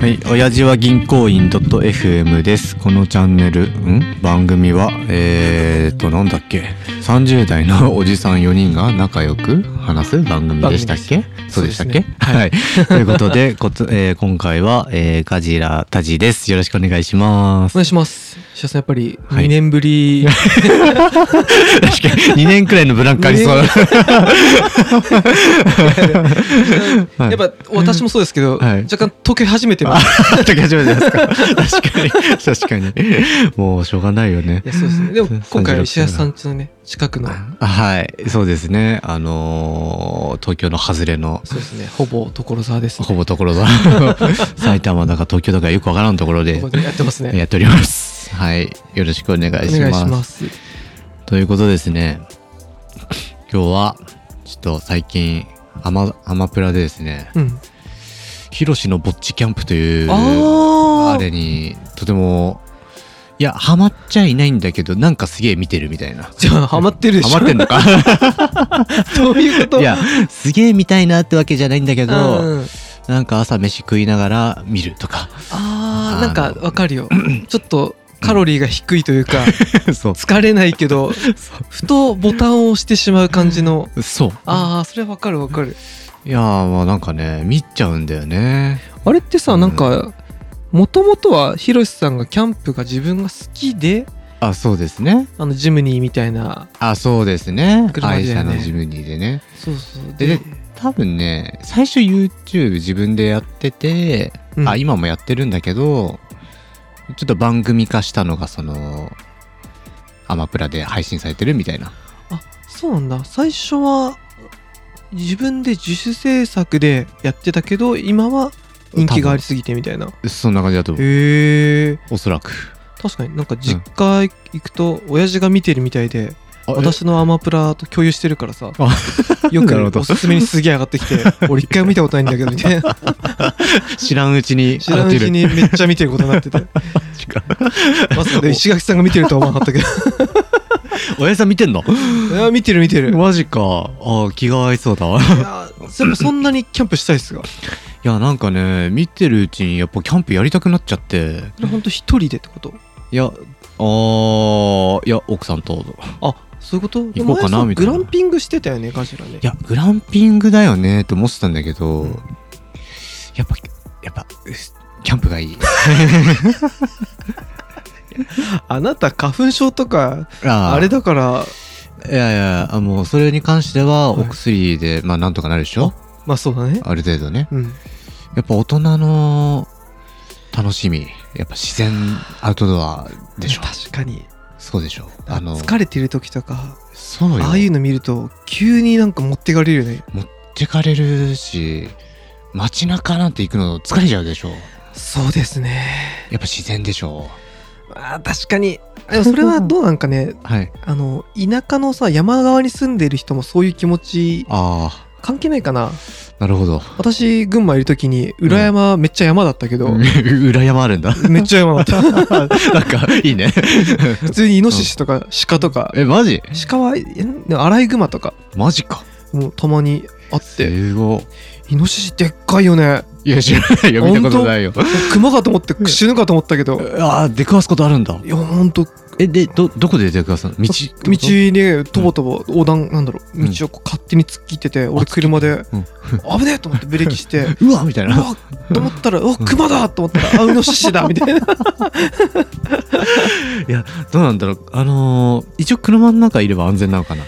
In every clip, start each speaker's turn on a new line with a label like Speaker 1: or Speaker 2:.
Speaker 1: はい、親父は銀行員 .fm です。このチャンネル、ん番組は、えーっと、なんだっけ ?30 代のおじさん4人が仲良く話す番組でしたっけそうでしたっけ、はい。ということで、こつえー今回は、えー、ガジラタジです。よろしくお願いしま
Speaker 2: お
Speaker 1: す。
Speaker 2: 願いします。石田さん、やっぱり
Speaker 1: はい
Speaker 2: 2年ぶり、
Speaker 1: 確かに2年くらいのブランクありそう。はい
Speaker 2: やっぱ私もそうですけど、
Speaker 1: はい
Speaker 2: 若干溶け始めてます。
Speaker 1: 時始めてますか確かに。確かに。もうしょうがないよね
Speaker 2: い。やそうですね。でも今回
Speaker 1: 36
Speaker 2: は石田さんちのね、近くの、
Speaker 1: あはい、そうですね。あのー東京の外れの、
Speaker 2: そうですね、ほぼ所沢ですね。
Speaker 1: ほぼ所沢、 埼玉だか東京だかよくわからんところで
Speaker 2: ここでやってますね。
Speaker 1: やっております。はい、よろしくお願い
Speaker 2: お
Speaker 1: し
Speaker 2: 願い
Speaker 1: ます。
Speaker 2: します。
Speaker 1: ということですね、今日は、ちょっと最近、アマ、アマプラでですね、
Speaker 2: うん。
Speaker 1: ヒロシのぼっちキャンプという、
Speaker 2: あ
Speaker 1: あ
Speaker 2: ー
Speaker 1: れに、とても、いや、ハマっちゃいないんだけど、なんかすげえ見てるみたいな。
Speaker 2: じゃあ、 ハマってるでし
Speaker 1: ハ
Speaker 2: ょ
Speaker 1: マってんの か
Speaker 2: どういうこと
Speaker 1: いや、すげえ見たいなってわけじゃないんだけ
Speaker 2: うん
Speaker 1: ど、
Speaker 2: うん
Speaker 1: なんか朝飯食いながら見るとか あの
Speaker 2: あー、なんかわかるよ。ちょっとカロリーが低いというか、
Speaker 1: そ
Speaker 2: 疲れないけど、ふとボタンを押してしまう感じの、
Speaker 1: うそう
Speaker 2: あー、それわかるわかる。
Speaker 1: いやーまあなんかね見ちゃうんだよね
Speaker 2: あれってさなんかもともとはヒロシさんがキャンプが自分が好きで
Speaker 1: あそうですね
Speaker 2: あのジムニーみたいな
Speaker 1: あそうですね
Speaker 2: 車
Speaker 1: 愛
Speaker 2: でね
Speaker 1: 車のジムニーでね
Speaker 2: そうそう
Speaker 1: で多分ね最初 YouTube 自分でやってて、
Speaker 2: うん
Speaker 1: あ今もやってるんだけどちょっと番組化したのがそのアマプラで配信されてるみたいな
Speaker 2: あそうなんだ最初は自分で自主制作でやってたけど今は人気がありすぎてみたいな
Speaker 1: そんな感じだと思う
Speaker 2: へえ
Speaker 1: おそらく
Speaker 2: 確かになんか実家行くと親父が見てるみたいで、
Speaker 1: あ
Speaker 2: 私のアマプラと共有してるからさ
Speaker 1: あ
Speaker 2: よ
Speaker 1: なるほ
Speaker 2: く
Speaker 1: ど
Speaker 2: おすすめにすげえ上がってきて俺一回も見たことないんだけどみたいな
Speaker 1: え知らんうちに
Speaker 2: 知らんうちにめっちゃ見てることになっててまさかね石垣さんが見てるとは思わなか ったけ
Speaker 1: おやじさん見てんの
Speaker 2: どいや見てる見てるい
Speaker 1: マジか。あー気が合いそうだわ。い
Speaker 2: やそれそんなにキャンプしたいっすが
Speaker 1: や、なんかね、見てるうちにやっぱキャンプやりたくなっちゃって。
Speaker 2: それほんと一人でってこと
Speaker 1: いや、あーいや、奥さんと。
Speaker 2: あそういうこと
Speaker 1: 行こうかな
Speaker 2: お前
Speaker 1: み
Speaker 2: さ
Speaker 1: たいな
Speaker 2: グランピングしてたよねガジラね
Speaker 1: いや、グランピングだよねって思ってたんだけど、
Speaker 2: うん
Speaker 1: やっぱ、やっぱ、キャンプがいい。
Speaker 2: あなた花粉症とか
Speaker 1: あ
Speaker 2: あれだから
Speaker 1: いやいや、あもうそれに関しては
Speaker 2: はい
Speaker 1: お薬で、まあなんとかなるでしょ
Speaker 2: まあそうだね
Speaker 1: ある程度ね。
Speaker 2: うん
Speaker 1: やっぱ大人の楽しみ、やっぱ自然アウトドアでしょ。
Speaker 2: 確かに
Speaker 1: そうでしょ。あ
Speaker 2: あ
Speaker 1: の、
Speaker 2: の疲れてる時とか
Speaker 1: そうよ。
Speaker 2: ああいうの見ると急になんか持ってかれるよね
Speaker 1: 持ってかれるし街中なんて行くの疲れちゃうでしょ
Speaker 2: そうですね
Speaker 1: やっぱ自然でしょ
Speaker 2: あー確かにでもそれはどうなんかね
Speaker 1: はい
Speaker 2: あの田舎のさ山側に住んでる人もそういう気持 ち
Speaker 1: あ
Speaker 2: 関係ないかな
Speaker 1: あなるほど
Speaker 2: 私群馬いる時に裏山めっちゃ山だったけど、
Speaker 1: 裏山あるんだ
Speaker 2: めっちゃ山だった
Speaker 1: なんかいいね
Speaker 2: 普通にイノシシとか鹿とか
Speaker 1: えマジ
Speaker 2: 鹿はえでもアライグマとか
Speaker 1: マジか
Speaker 2: もうたまにあって
Speaker 1: すごい
Speaker 2: イノシシでっかいよね
Speaker 1: いや知らないよ見たことないよ
Speaker 2: クマかと思って死ぬかと思ったけど
Speaker 1: ああ出くわすことあるんだ
Speaker 2: いやほんと
Speaker 1: えでどどこで出くわすの道
Speaker 2: 道でとぼとぼ横断なんだろ
Speaker 1: う
Speaker 2: うん道をこう勝手に突っ切ってて俺車で
Speaker 1: うん
Speaker 2: 危ねえと思ってブレーキ して
Speaker 1: うわみたいうな
Speaker 2: わと思ったらうわクマだと思ったらあイノシシだみたいな
Speaker 1: どうなんだろうあのー、一応車の中いれば安全なのかな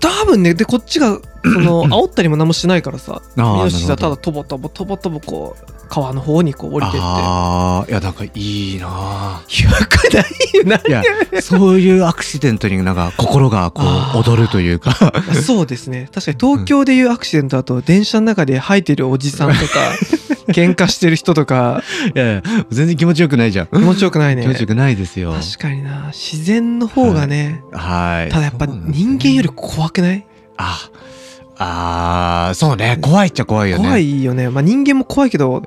Speaker 2: 多分ねでこっちがその煽ったりも何もしないからさ
Speaker 1: あー
Speaker 2: イノシシ
Speaker 1: な
Speaker 2: は
Speaker 1: る
Speaker 2: た
Speaker 1: ほ
Speaker 2: だとぼとぼとぼとぼこう川の方にこう降りてって
Speaker 1: ああいやなんかいいなあ
Speaker 2: よくないよ ない
Speaker 1: や、そういうアクシデントになんか心がこ
Speaker 2: あ
Speaker 1: う
Speaker 2: ー
Speaker 1: 踊るというか。
Speaker 2: そうですね確かに東京でいうアクシデントだと電車の中で吐いてるおじさんとか 喧嘩してる人とか
Speaker 1: いやいや全然気持ちよくないじゃん。
Speaker 2: 気持ちよくないね
Speaker 1: 気持ちよく
Speaker 2: 確
Speaker 1: ないですよ。
Speaker 2: かにな自然の方がね、
Speaker 1: はい。
Speaker 2: ただやっぱ
Speaker 1: そうなんです
Speaker 2: 人間より怖くない
Speaker 1: あ、あー、そうね。怖いっちゃ怖いよね。。
Speaker 2: 怖いよねまあ人間も怖いけど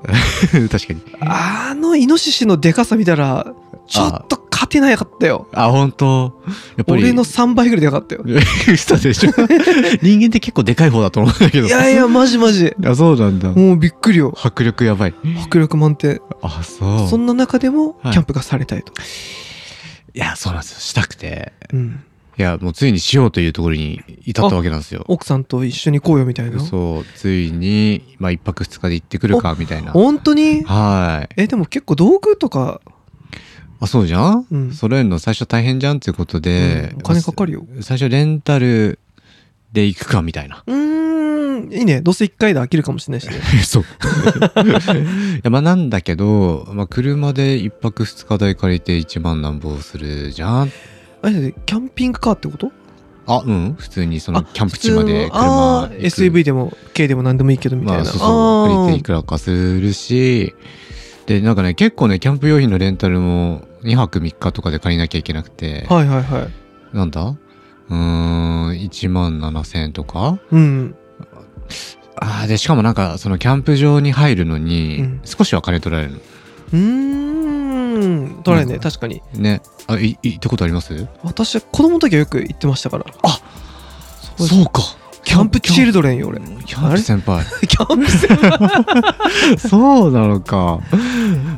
Speaker 1: 確かに。
Speaker 2: あのイノシシのでかさ見たらちょっと考勝てなかったよ
Speaker 1: あ本当やっぱり
Speaker 2: 俺の3倍ぐらいでかかったよ
Speaker 1: 嘘で しょ人間って結構でかい方だと思うんだけど
Speaker 2: いやいやマジマジ
Speaker 1: あそうなんだ
Speaker 2: もうびっくりよ
Speaker 1: 迫力やばい
Speaker 2: 迫力満点
Speaker 1: あそう
Speaker 2: そんな中でもキ
Speaker 1: はい
Speaker 2: ャンプがされたいと、
Speaker 1: いやそうなんですよしたくて
Speaker 2: うん、
Speaker 1: いやもうついにしようというところに至ったわけなんですよ
Speaker 2: 奥さんと一緒に行こうよみたいな
Speaker 1: そうついにまあ一泊二日で行ってくるかみたいな
Speaker 2: 本当に
Speaker 1: はい
Speaker 2: えでも結構道具とか、
Speaker 1: あそうじゃん、
Speaker 2: うん
Speaker 1: 揃えるの最初大変じゃんっていうことで、
Speaker 2: うんお金かかるよ
Speaker 1: 最初レンタルで行くかみたい な
Speaker 2: うーんいいねどうせ1回で飽きるかもしれないし ね
Speaker 1: そういやまあなんだけど、まあ、車で一泊二日代借りて一万なんぼするじゃん
Speaker 2: あれだってキャンピングカーってこと
Speaker 1: あうん普通にその
Speaker 2: あ
Speaker 1: キャンプ地まで車
Speaker 2: 普通のあ
Speaker 1: 行
Speaker 2: ー
Speaker 1: く
Speaker 2: SUV でも軽でも何でもいいけどみたい
Speaker 1: ま
Speaker 2: な、
Speaker 1: あそうそう
Speaker 2: あー
Speaker 1: 借りていくらかするしでなんかね結構ねキャンプ用品のレンタルも2泊3日とかで借りなきゃいけなくて、
Speaker 2: はいはいはい
Speaker 1: なんだうーん1万7,000円とか
Speaker 2: うん
Speaker 1: あーでしかもなんかそのキャンプ場に入るの
Speaker 2: う
Speaker 1: に
Speaker 2: ん
Speaker 1: 少しは金取られるの、
Speaker 2: うーん取られる
Speaker 1: な
Speaker 2: ね
Speaker 1: ん
Speaker 2: 確かに
Speaker 1: ねあい行ったことあります
Speaker 2: 私は子供の時はよく行ってましたからそう
Speaker 1: そうか
Speaker 2: キャンプチルドレンよ
Speaker 1: キ
Speaker 2: 俺
Speaker 1: ャンキャンプ先輩
Speaker 2: キャンプセンター
Speaker 1: そうなのか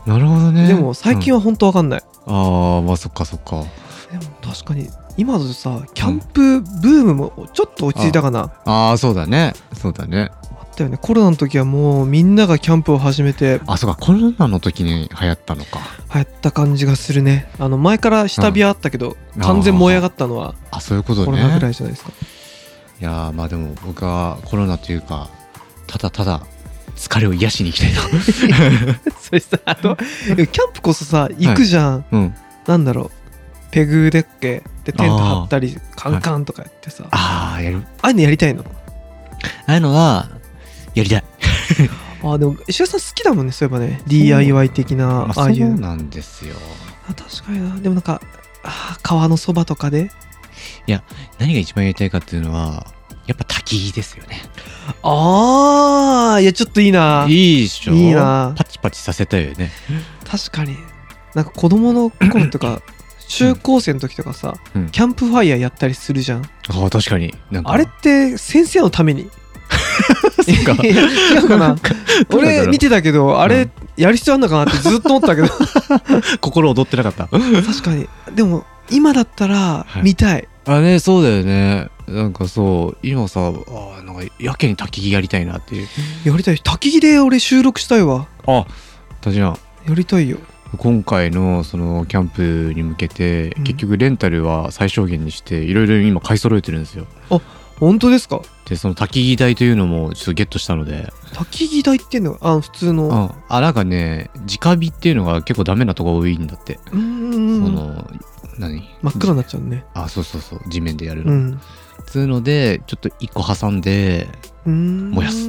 Speaker 1: なるほどね
Speaker 2: でも最近
Speaker 1: は、
Speaker 2: は本当わかんない、
Speaker 1: うんああまあそっかそっか
Speaker 2: でも確かに今だとさキャンプブームもちょっと落ち着いたかな、
Speaker 1: ああそうだねそうだね
Speaker 2: あったよねコロナの時はもうみんながキャンプを始めて
Speaker 1: あそうかコロナの時に流行ったのか
Speaker 2: 流行った感じがするねあの前から下火あったけど、
Speaker 1: うん
Speaker 2: 完全燃え上がったのは
Speaker 1: あそういうことね
Speaker 2: コロナぐらいじゃないですか、
Speaker 1: いやーまあでも僕はコロナというかただただ疲れを癒しに行きたいな
Speaker 2: それさあとキャンプこそさ行くじゃん、
Speaker 1: うん
Speaker 2: なんだろうペグでっけでテント張ったりカンカンとかやってさ、あ
Speaker 1: ああやる
Speaker 2: あいうのやりたいの
Speaker 1: ああいうのはやりたい
Speaker 2: あでも石田さん好きだもんねそういえばね DIY 的な
Speaker 1: まあ
Speaker 2: ああい
Speaker 1: そう
Speaker 2: う
Speaker 1: なんですよ
Speaker 2: あ確かになでもなんかあ川のそばとかで
Speaker 1: 何が一番やりたいかっていうのはやっぱ焚き火ですよね
Speaker 2: ああいやちょっといいない
Speaker 1: いっしょ
Speaker 2: いいな
Speaker 1: パチパチさせたいよね
Speaker 2: 確かになんか子供の頃とか中高生の時とかさ、
Speaker 1: うん
Speaker 2: キャンプファイヤーやったりするじゃん、
Speaker 1: ああ確かになんか
Speaker 2: あれって先生のために
Speaker 1: っか
Speaker 2: 違う
Speaker 1: ど
Speaker 2: かな
Speaker 1: うなんだろ
Speaker 2: 俺
Speaker 1: う
Speaker 2: 見てたけどあれやる必要あんのかなってずっと 思ったけど
Speaker 1: 心躍ってなかった
Speaker 2: 確かにでも今だったら
Speaker 1: はい
Speaker 2: 見たい、
Speaker 1: あねそうだよねなんかそう今さあーなんかやけに焚き火やりたいなっていう
Speaker 2: やりたい焚き火で俺収録したいわ
Speaker 1: あ私じゃん
Speaker 2: やりたいよ
Speaker 1: 今回のそのキャンプに向けて、
Speaker 2: うん
Speaker 1: 結局レンタルは最小限にしていろいろ今買い揃えてるんですよ
Speaker 2: 本当ですか
Speaker 1: でその焚き火台というのもちょっとゲットしたので、
Speaker 2: 焚き火台っていうのはあ普通
Speaker 1: う
Speaker 2: の
Speaker 1: んあなんかね直火っていうのが結構ダメなとこ多いんだって、
Speaker 2: うーん
Speaker 1: その何
Speaker 2: 真っ暗になっちゃうね
Speaker 1: あそうそうそう地面でやる
Speaker 2: う
Speaker 1: の、
Speaker 2: ん
Speaker 1: つうのでちょっと一個挟んで
Speaker 2: 燃
Speaker 1: 燃やす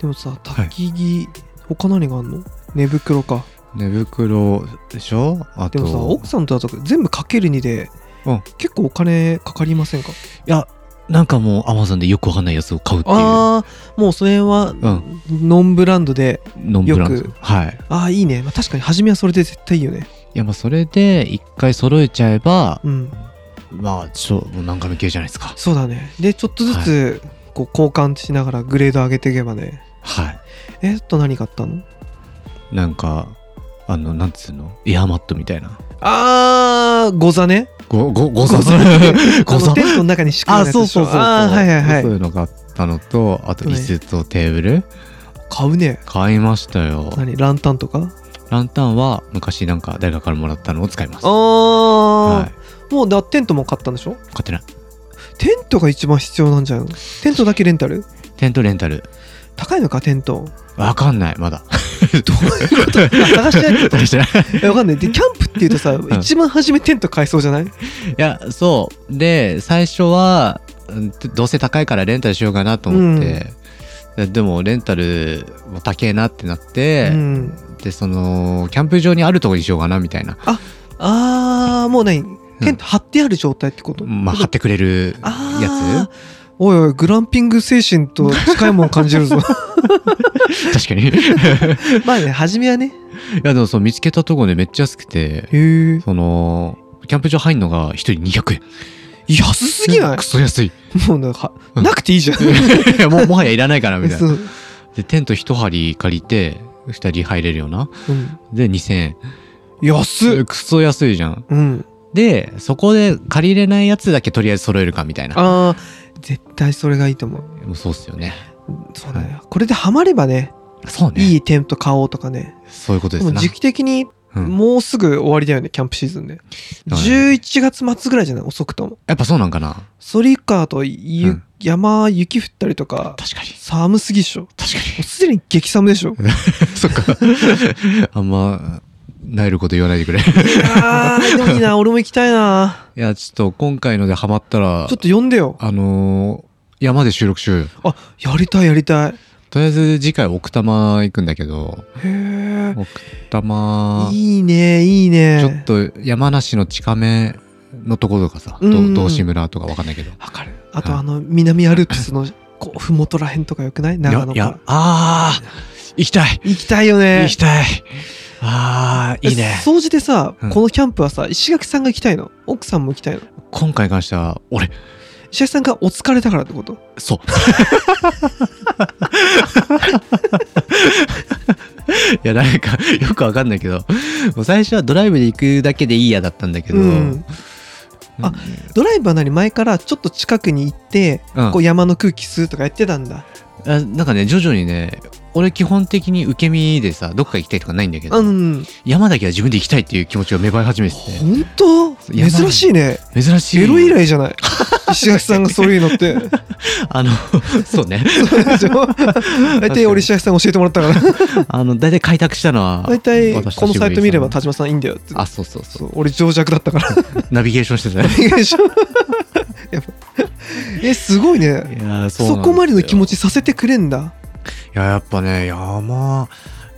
Speaker 2: でもさ
Speaker 1: い
Speaker 2: 焚き木、他何があんの寝袋か
Speaker 1: 寝袋でしょあ
Speaker 2: で
Speaker 1: と
Speaker 2: もさ奥さんとだと全部かける2で、
Speaker 1: うん
Speaker 2: 結構お金かかりませんか
Speaker 1: いやなんかもうアマゾンでよくわかんないやつを買うっていう
Speaker 2: ああもうそれは、
Speaker 1: ん
Speaker 2: ノンブランドで
Speaker 1: ノンブラン
Speaker 2: よ
Speaker 1: ド
Speaker 2: く
Speaker 1: はい
Speaker 2: ああいいね、まあ、確かに初めはそれで絶対いいよね
Speaker 1: いやまあそれで一回揃えちゃえば
Speaker 2: うん
Speaker 1: まあちょもう何回もいけるじゃないですか
Speaker 2: そうだねでちょっとずつ、こう交換しながらグレード上げていけばね
Speaker 1: は
Speaker 2: えっと何買ったの
Speaker 1: いなんかあのなんつうのエアマットみたいな
Speaker 2: ああゴザね
Speaker 1: ごごござ
Speaker 2: ござ
Speaker 1: ござ
Speaker 2: あのテントの中に仕 組
Speaker 1: あ
Speaker 2: んだやつ
Speaker 1: そう
Speaker 2: でしょ
Speaker 1: そうそうそう
Speaker 2: あーはいはい
Speaker 1: そう
Speaker 2: はいいう
Speaker 1: のがあったのとあと椅子とテーブル、
Speaker 2: 買うね
Speaker 1: 買いましたよ
Speaker 2: 何ランタンとか
Speaker 1: ランタンは昔なんか誰かからもらったのを使います
Speaker 2: あ
Speaker 1: は
Speaker 2: あ、
Speaker 1: い
Speaker 2: もうだテントも買ったんでしょ
Speaker 1: 買ってない
Speaker 2: テントが一番必要なんじゃんテントだけレンタル
Speaker 1: テントレンタル
Speaker 2: 高いのかテ ント
Speaker 1: わかんないまだ
Speaker 2: どういうことあ探してない
Speaker 1: 大してない
Speaker 2: えわかんないでキャンプっていうとさ、一番初めテント買いそうじゃない
Speaker 1: いやそうで最初はうんどうせ高いからレンタルしようかなと思って、ででもレンタルも高えなってなって
Speaker 2: う、ん
Speaker 1: でそのキャンプ場にあるとこにしようかなみたいな、
Speaker 2: ああもう何テント張ってある状態ってこと、
Speaker 1: まあ、張ってくれるや
Speaker 2: あーおいおいグランピング 精神と近いもん感じるぞ
Speaker 1: つ確かに
Speaker 2: まあね初めはね
Speaker 1: いやでもそう見つけたとこねめっちゃ安くて
Speaker 2: へえ
Speaker 1: そのキャンプ場入んのが一人200円
Speaker 2: 安すぎない
Speaker 1: クソ安い
Speaker 2: もうなんかはなくていいじゃん
Speaker 1: いやもうもはやいらないかな みたいな
Speaker 2: そう
Speaker 1: でテント一張借りて二人入れるよな
Speaker 2: うん
Speaker 1: で2000円
Speaker 2: 安っ
Speaker 1: クソ安いじゃん
Speaker 2: うん
Speaker 1: でそこで借りれないやつだけとりあえず揃えるかみたいな
Speaker 2: あー絶対それがいいと思う
Speaker 1: もうそうっすよね
Speaker 2: そうだよこれでハマればね
Speaker 1: そうね
Speaker 2: いいテント買おうとかね
Speaker 1: そういうこと
Speaker 2: で
Speaker 1: です
Speaker 2: も
Speaker 1: な
Speaker 2: 時期的に
Speaker 1: うん
Speaker 2: もうすぐ終わりだよねキャンプシーズンで
Speaker 1: だね
Speaker 2: 11月末ぐらいじゃない遅くとも
Speaker 1: やっぱそうなんかな
Speaker 2: それ以下だとゆ
Speaker 1: うん
Speaker 2: 山雪降ったりとか
Speaker 1: 確かに
Speaker 2: 寒すぎでしょも
Speaker 1: 確か
Speaker 2: うすでに激寒 でしょ
Speaker 1: にそっか あんまなえること言わないでくれ い
Speaker 2: あーでもい いな俺も行きたいな
Speaker 1: やちょっと今回のでハマったら
Speaker 2: ちょっと呼んでよ
Speaker 1: あのー山で収録しようよ
Speaker 2: あやりたいやりたい
Speaker 1: とりあえず次回奥多摩行くんだけど
Speaker 2: へえ
Speaker 1: 奥多摩
Speaker 2: いいねいいね
Speaker 1: ちょっと山梨の近めのところとかさ、ど
Speaker 2: うん
Speaker 1: 道志村とかわかんないけど。
Speaker 2: わかるあと
Speaker 1: はい
Speaker 2: あの南アルプスのこう麓らへんとかよくない長野
Speaker 1: い
Speaker 2: か
Speaker 1: やいや
Speaker 2: ら、
Speaker 1: ああ、行きたい、
Speaker 2: 行きたいよね
Speaker 1: 行きたい。ああ、いいね。
Speaker 2: 掃除でさ、
Speaker 1: うん
Speaker 2: このキャンプはさ石垣さんが行きたいの奥さんも行きたいの
Speaker 1: 今回に関しては、俺、
Speaker 2: 石垣さんがお疲れだからってこと
Speaker 1: そう。いや、なんか、よくわかんないけど、もう最初はドライブで行くだけでいいやだったんだけど、
Speaker 2: うんあドライバーなり前からちょっと近くに行って、
Speaker 1: うん
Speaker 2: こう山の空気吸うとかやってたんだ
Speaker 1: あなんかね、徐々にね、俺基本的に受け身でさ、どっか行きたいとかないんだけど、
Speaker 2: うん
Speaker 1: 山だけは自分で行きたいっていう気持ちが芽生え始めてて
Speaker 2: 本当
Speaker 1: やばい
Speaker 2: 珍しいね
Speaker 1: 珍しい
Speaker 2: エロ以来じゃない石垣さんがそういうの って
Speaker 1: あのそうね
Speaker 2: そうでしょ大体俺石垣さん教えてもらったから
Speaker 1: あの大体開拓したのは
Speaker 2: 大体こ
Speaker 1: 私と
Speaker 2: のサイト見れば
Speaker 1: 渋井
Speaker 2: 田島さんいいんだよって
Speaker 1: さんあそうそうそ
Speaker 2: そう俺情弱だったから
Speaker 1: うナビゲーションしてたね
Speaker 2: でしょやっぱえすごい ね
Speaker 1: いやー
Speaker 2: そう
Speaker 1: なんすよ
Speaker 2: こまでの気持ちさせてくれんだ
Speaker 1: いややっぱね山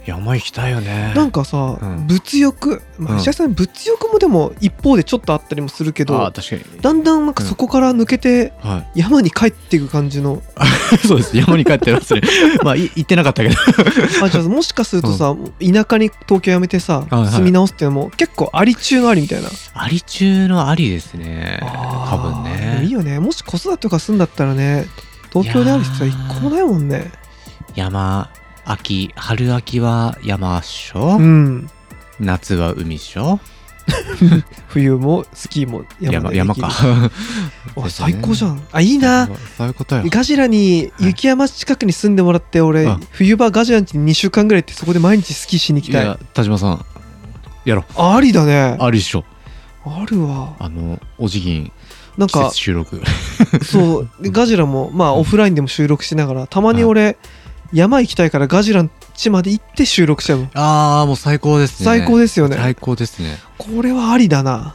Speaker 1: 山行きたいよね
Speaker 2: なんかさ、
Speaker 1: うん
Speaker 2: 物欲、ま
Speaker 1: う
Speaker 2: あ、
Speaker 1: ん
Speaker 2: 石田さん物欲もでも一方でちょっとあったりもするけど、
Speaker 1: あ確かに
Speaker 2: だんだんなんかそこから抜けて
Speaker 1: は
Speaker 2: 山に帰っていく感じの、
Speaker 1: い そうです山に帰ってますね まあい行ってなかったけど
Speaker 2: あじゃあもしかするとさ、田舎に東京辞めてさ、
Speaker 1: はいはい
Speaker 2: 住み直すっていうのも結構あり中のありみたいな、
Speaker 1: あり中のありですね多
Speaker 2: あー
Speaker 1: 分
Speaker 2: でもいい
Speaker 1: ね
Speaker 2: よねもし子育てとかするんだったらね東京である必要は一個もないもんね
Speaker 1: 山秋春秋は山っしょ、
Speaker 2: うん
Speaker 1: 夏は海っしょ
Speaker 2: 冬もスキーも
Speaker 1: 山
Speaker 2: 山で
Speaker 1: 山
Speaker 2: できる
Speaker 1: か
Speaker 2: お最高じゃんあいいな
Speaker 1: そういうことよ
Speaker 2: ガジラに雪山近くに住んでもらって俺、
Speaker 1: うん
Speaker 2: 冬場ガジラに2週間ぐらい行ってそこで毎日スキーしに行き
Speaker 1: い
Speaker 2: たい
Speaker 1: や田島さんやろう
Speaker 2: ありだねあ
Speaker 1: あるでしょ
Speaker 2: るわ
Speaker 1: あのお辞儀ん
Speaker 2: なん
Speaker 1: 季
Speaker 2: か
Speaker 1: 節収録
Speaker 2: そうでガジラもまあオフラインでも収録しながらたまに俺山行きたいからガジラの地まで行って収録しちゃうもん
Speaker 1: ああもう最高ですね
Speaker 2: 最高
Speaker 1: で
Speaker 2: ですよね
Speaker 1: 最高ですね
Speaker 2: これはありだな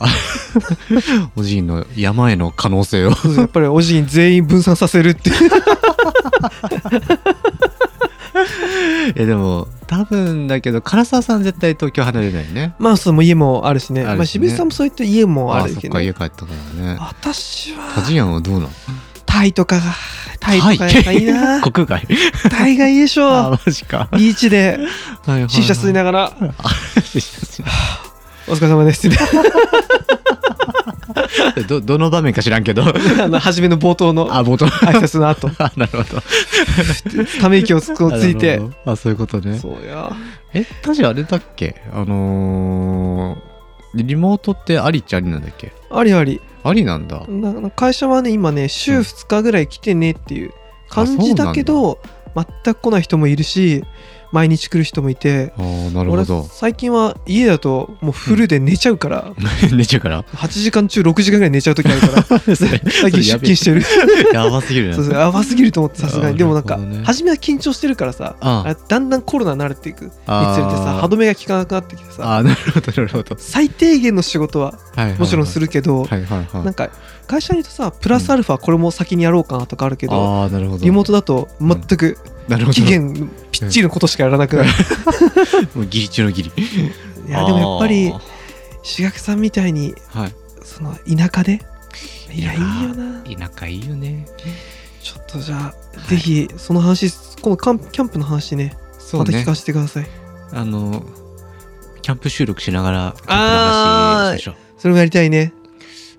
Speaker 1: お辞儀の山への可能性を
Speaker 2: やっぱりおじい全員分散させるって いう
Speaker 1: えでも多分だけど唐沢さん絶対東京離れないね
Speaker 2: まあその家もあるしね
Speaker 1: あるしね
Speaker 2: まあ渋井さんもそういった家も
Speaker 1: あ
Speaker 2: あ
Speaker 1: あ
Speaker 2: る
Speaker 1: そっ
Speaker 2: けど
Speaker 1: か
Speaker 2: ね
Speaker 1: 家帰ったからね
Speaker 2: 私
Speaker 1: タ
Speaker 2: は
Speaker 1: ジアンはどうなの
Speaker 2: タイとかがタイとかやっぱいいな
Speaker 1: 国外
Speaker 2: タイがいいでしょ
Speaker 1: あマジか
Speaker 2: ビーチでシーシャ吸い
Speaker 1: い
Speaker 2: ながら
Speaker 1: がらシーシャ吸いな
Speaker 2: 「お疲れ様です」 って言って
Speaker 1: がらどどの場面か知らんけど
Speaker 2: あの初めの冒頭の挨
Speaker 1: あ冒頭
Speaker 2: 拶の後
Speaker 1: あなるほど
Speaker 2: ため息をつこうつい
Speaker 1: あ
Speaker 2: て
Speaker 1: なるほどあそういうことね
Speaker 2: そうや
Speaker 1: え確かあれだっけあのー、リモートってありっちゃありなんだっけ
Speaker 2: ありあり
Speaker 1: ありなんだ
Speaker 2: なな会社はね今ね週2日ぐらい来てねっていう感じだけど全く来ない人もいるし毎日来る人もいて
Speaker 1: あーなるほ
Speaker 2: 俺
Speaker 1: ど
Speaker 2: 最近は家だともうフルで寝ちゃうから
Speaker 1: 寝ちゃうから
Speaker 2: 8時間中6時間ぐらい寝ちゃう時あるから
Speaker 1: それ
Speaker 2: 最近出 勤してる
Speaker 1: やばすぎるな
Speaker 2: そうそうやばすぎると思ってさすがにでもなんか
Speaker 1: なるほどね
Speaker 2: 初めは緊張してるからさ
Speaker 1: あ
Speaker 2: あだんだんコロナ慣れていくにつれて
Speaker 1: あー
Speaker 2: さ歯止めが効かなくなってきてさ
Speaker 1: あーなるほどなるほど、
Speaker 2: 最低限の仕事は
Speaker 1: はいはいはい
Speaker 2: もちろんするけど、
Speaker 1: はいはいはい
Speaker 2: なんか会社にいるとさプラスアルファこれも先にやろうかなとかあるけど、
Speaker 1: ああなるほど
Speaker 2: リモートだと全く
Speaker 1: なるほど
Speaker 2: 期 限ぴっちりのことしかやらなくなる、
Speaker 1: もうギリ中のギリ
Speaker 2: いやでもやっぱり
Speaker 1: あ
Speaker 2: 志垣さんみたいに
Speaker 1: ーは
Speaker 2: その田舎でいやい
Speaker 1: いや
Speaker 2: いよない
Speaker 1: 田舎いいよね
Speaker 2: ちょっとじゃあ、ぜひその話このカンキャンプの話ね
Speaker 1: そ
Speaker 2: ま
Speaker 1: う
Speaker 2: た聞
Speaker 1: ね
Speaker 2: かせてください
Speaker 1: あのキャンプ収録しながら曲流
Speaker 2: あ
Speaker 1: し
Speaker 2: ー
Speaker 1: でしょ
Speaker 2: それもやりたいね。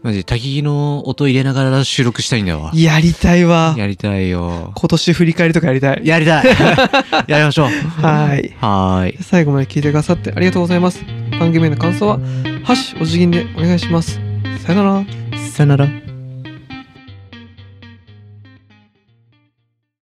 Speaker 1: マジ焚き火の音入れながら収録したいんだわ
Speaker 2: やりたいわ。
Speaker 1: やりたいよ
Speaker 2: 今年振り返りとかやりたい。
Speaker 1: やりたい やりまし ょう
Speaker 2: はい。
Speaker 1: はーい
Speaker 2: 最後まで聞いてくださってありがとうございます。番組への感想は、ハッシュお辞儀でお願いします。さよなら。
Speaker 1: さよなら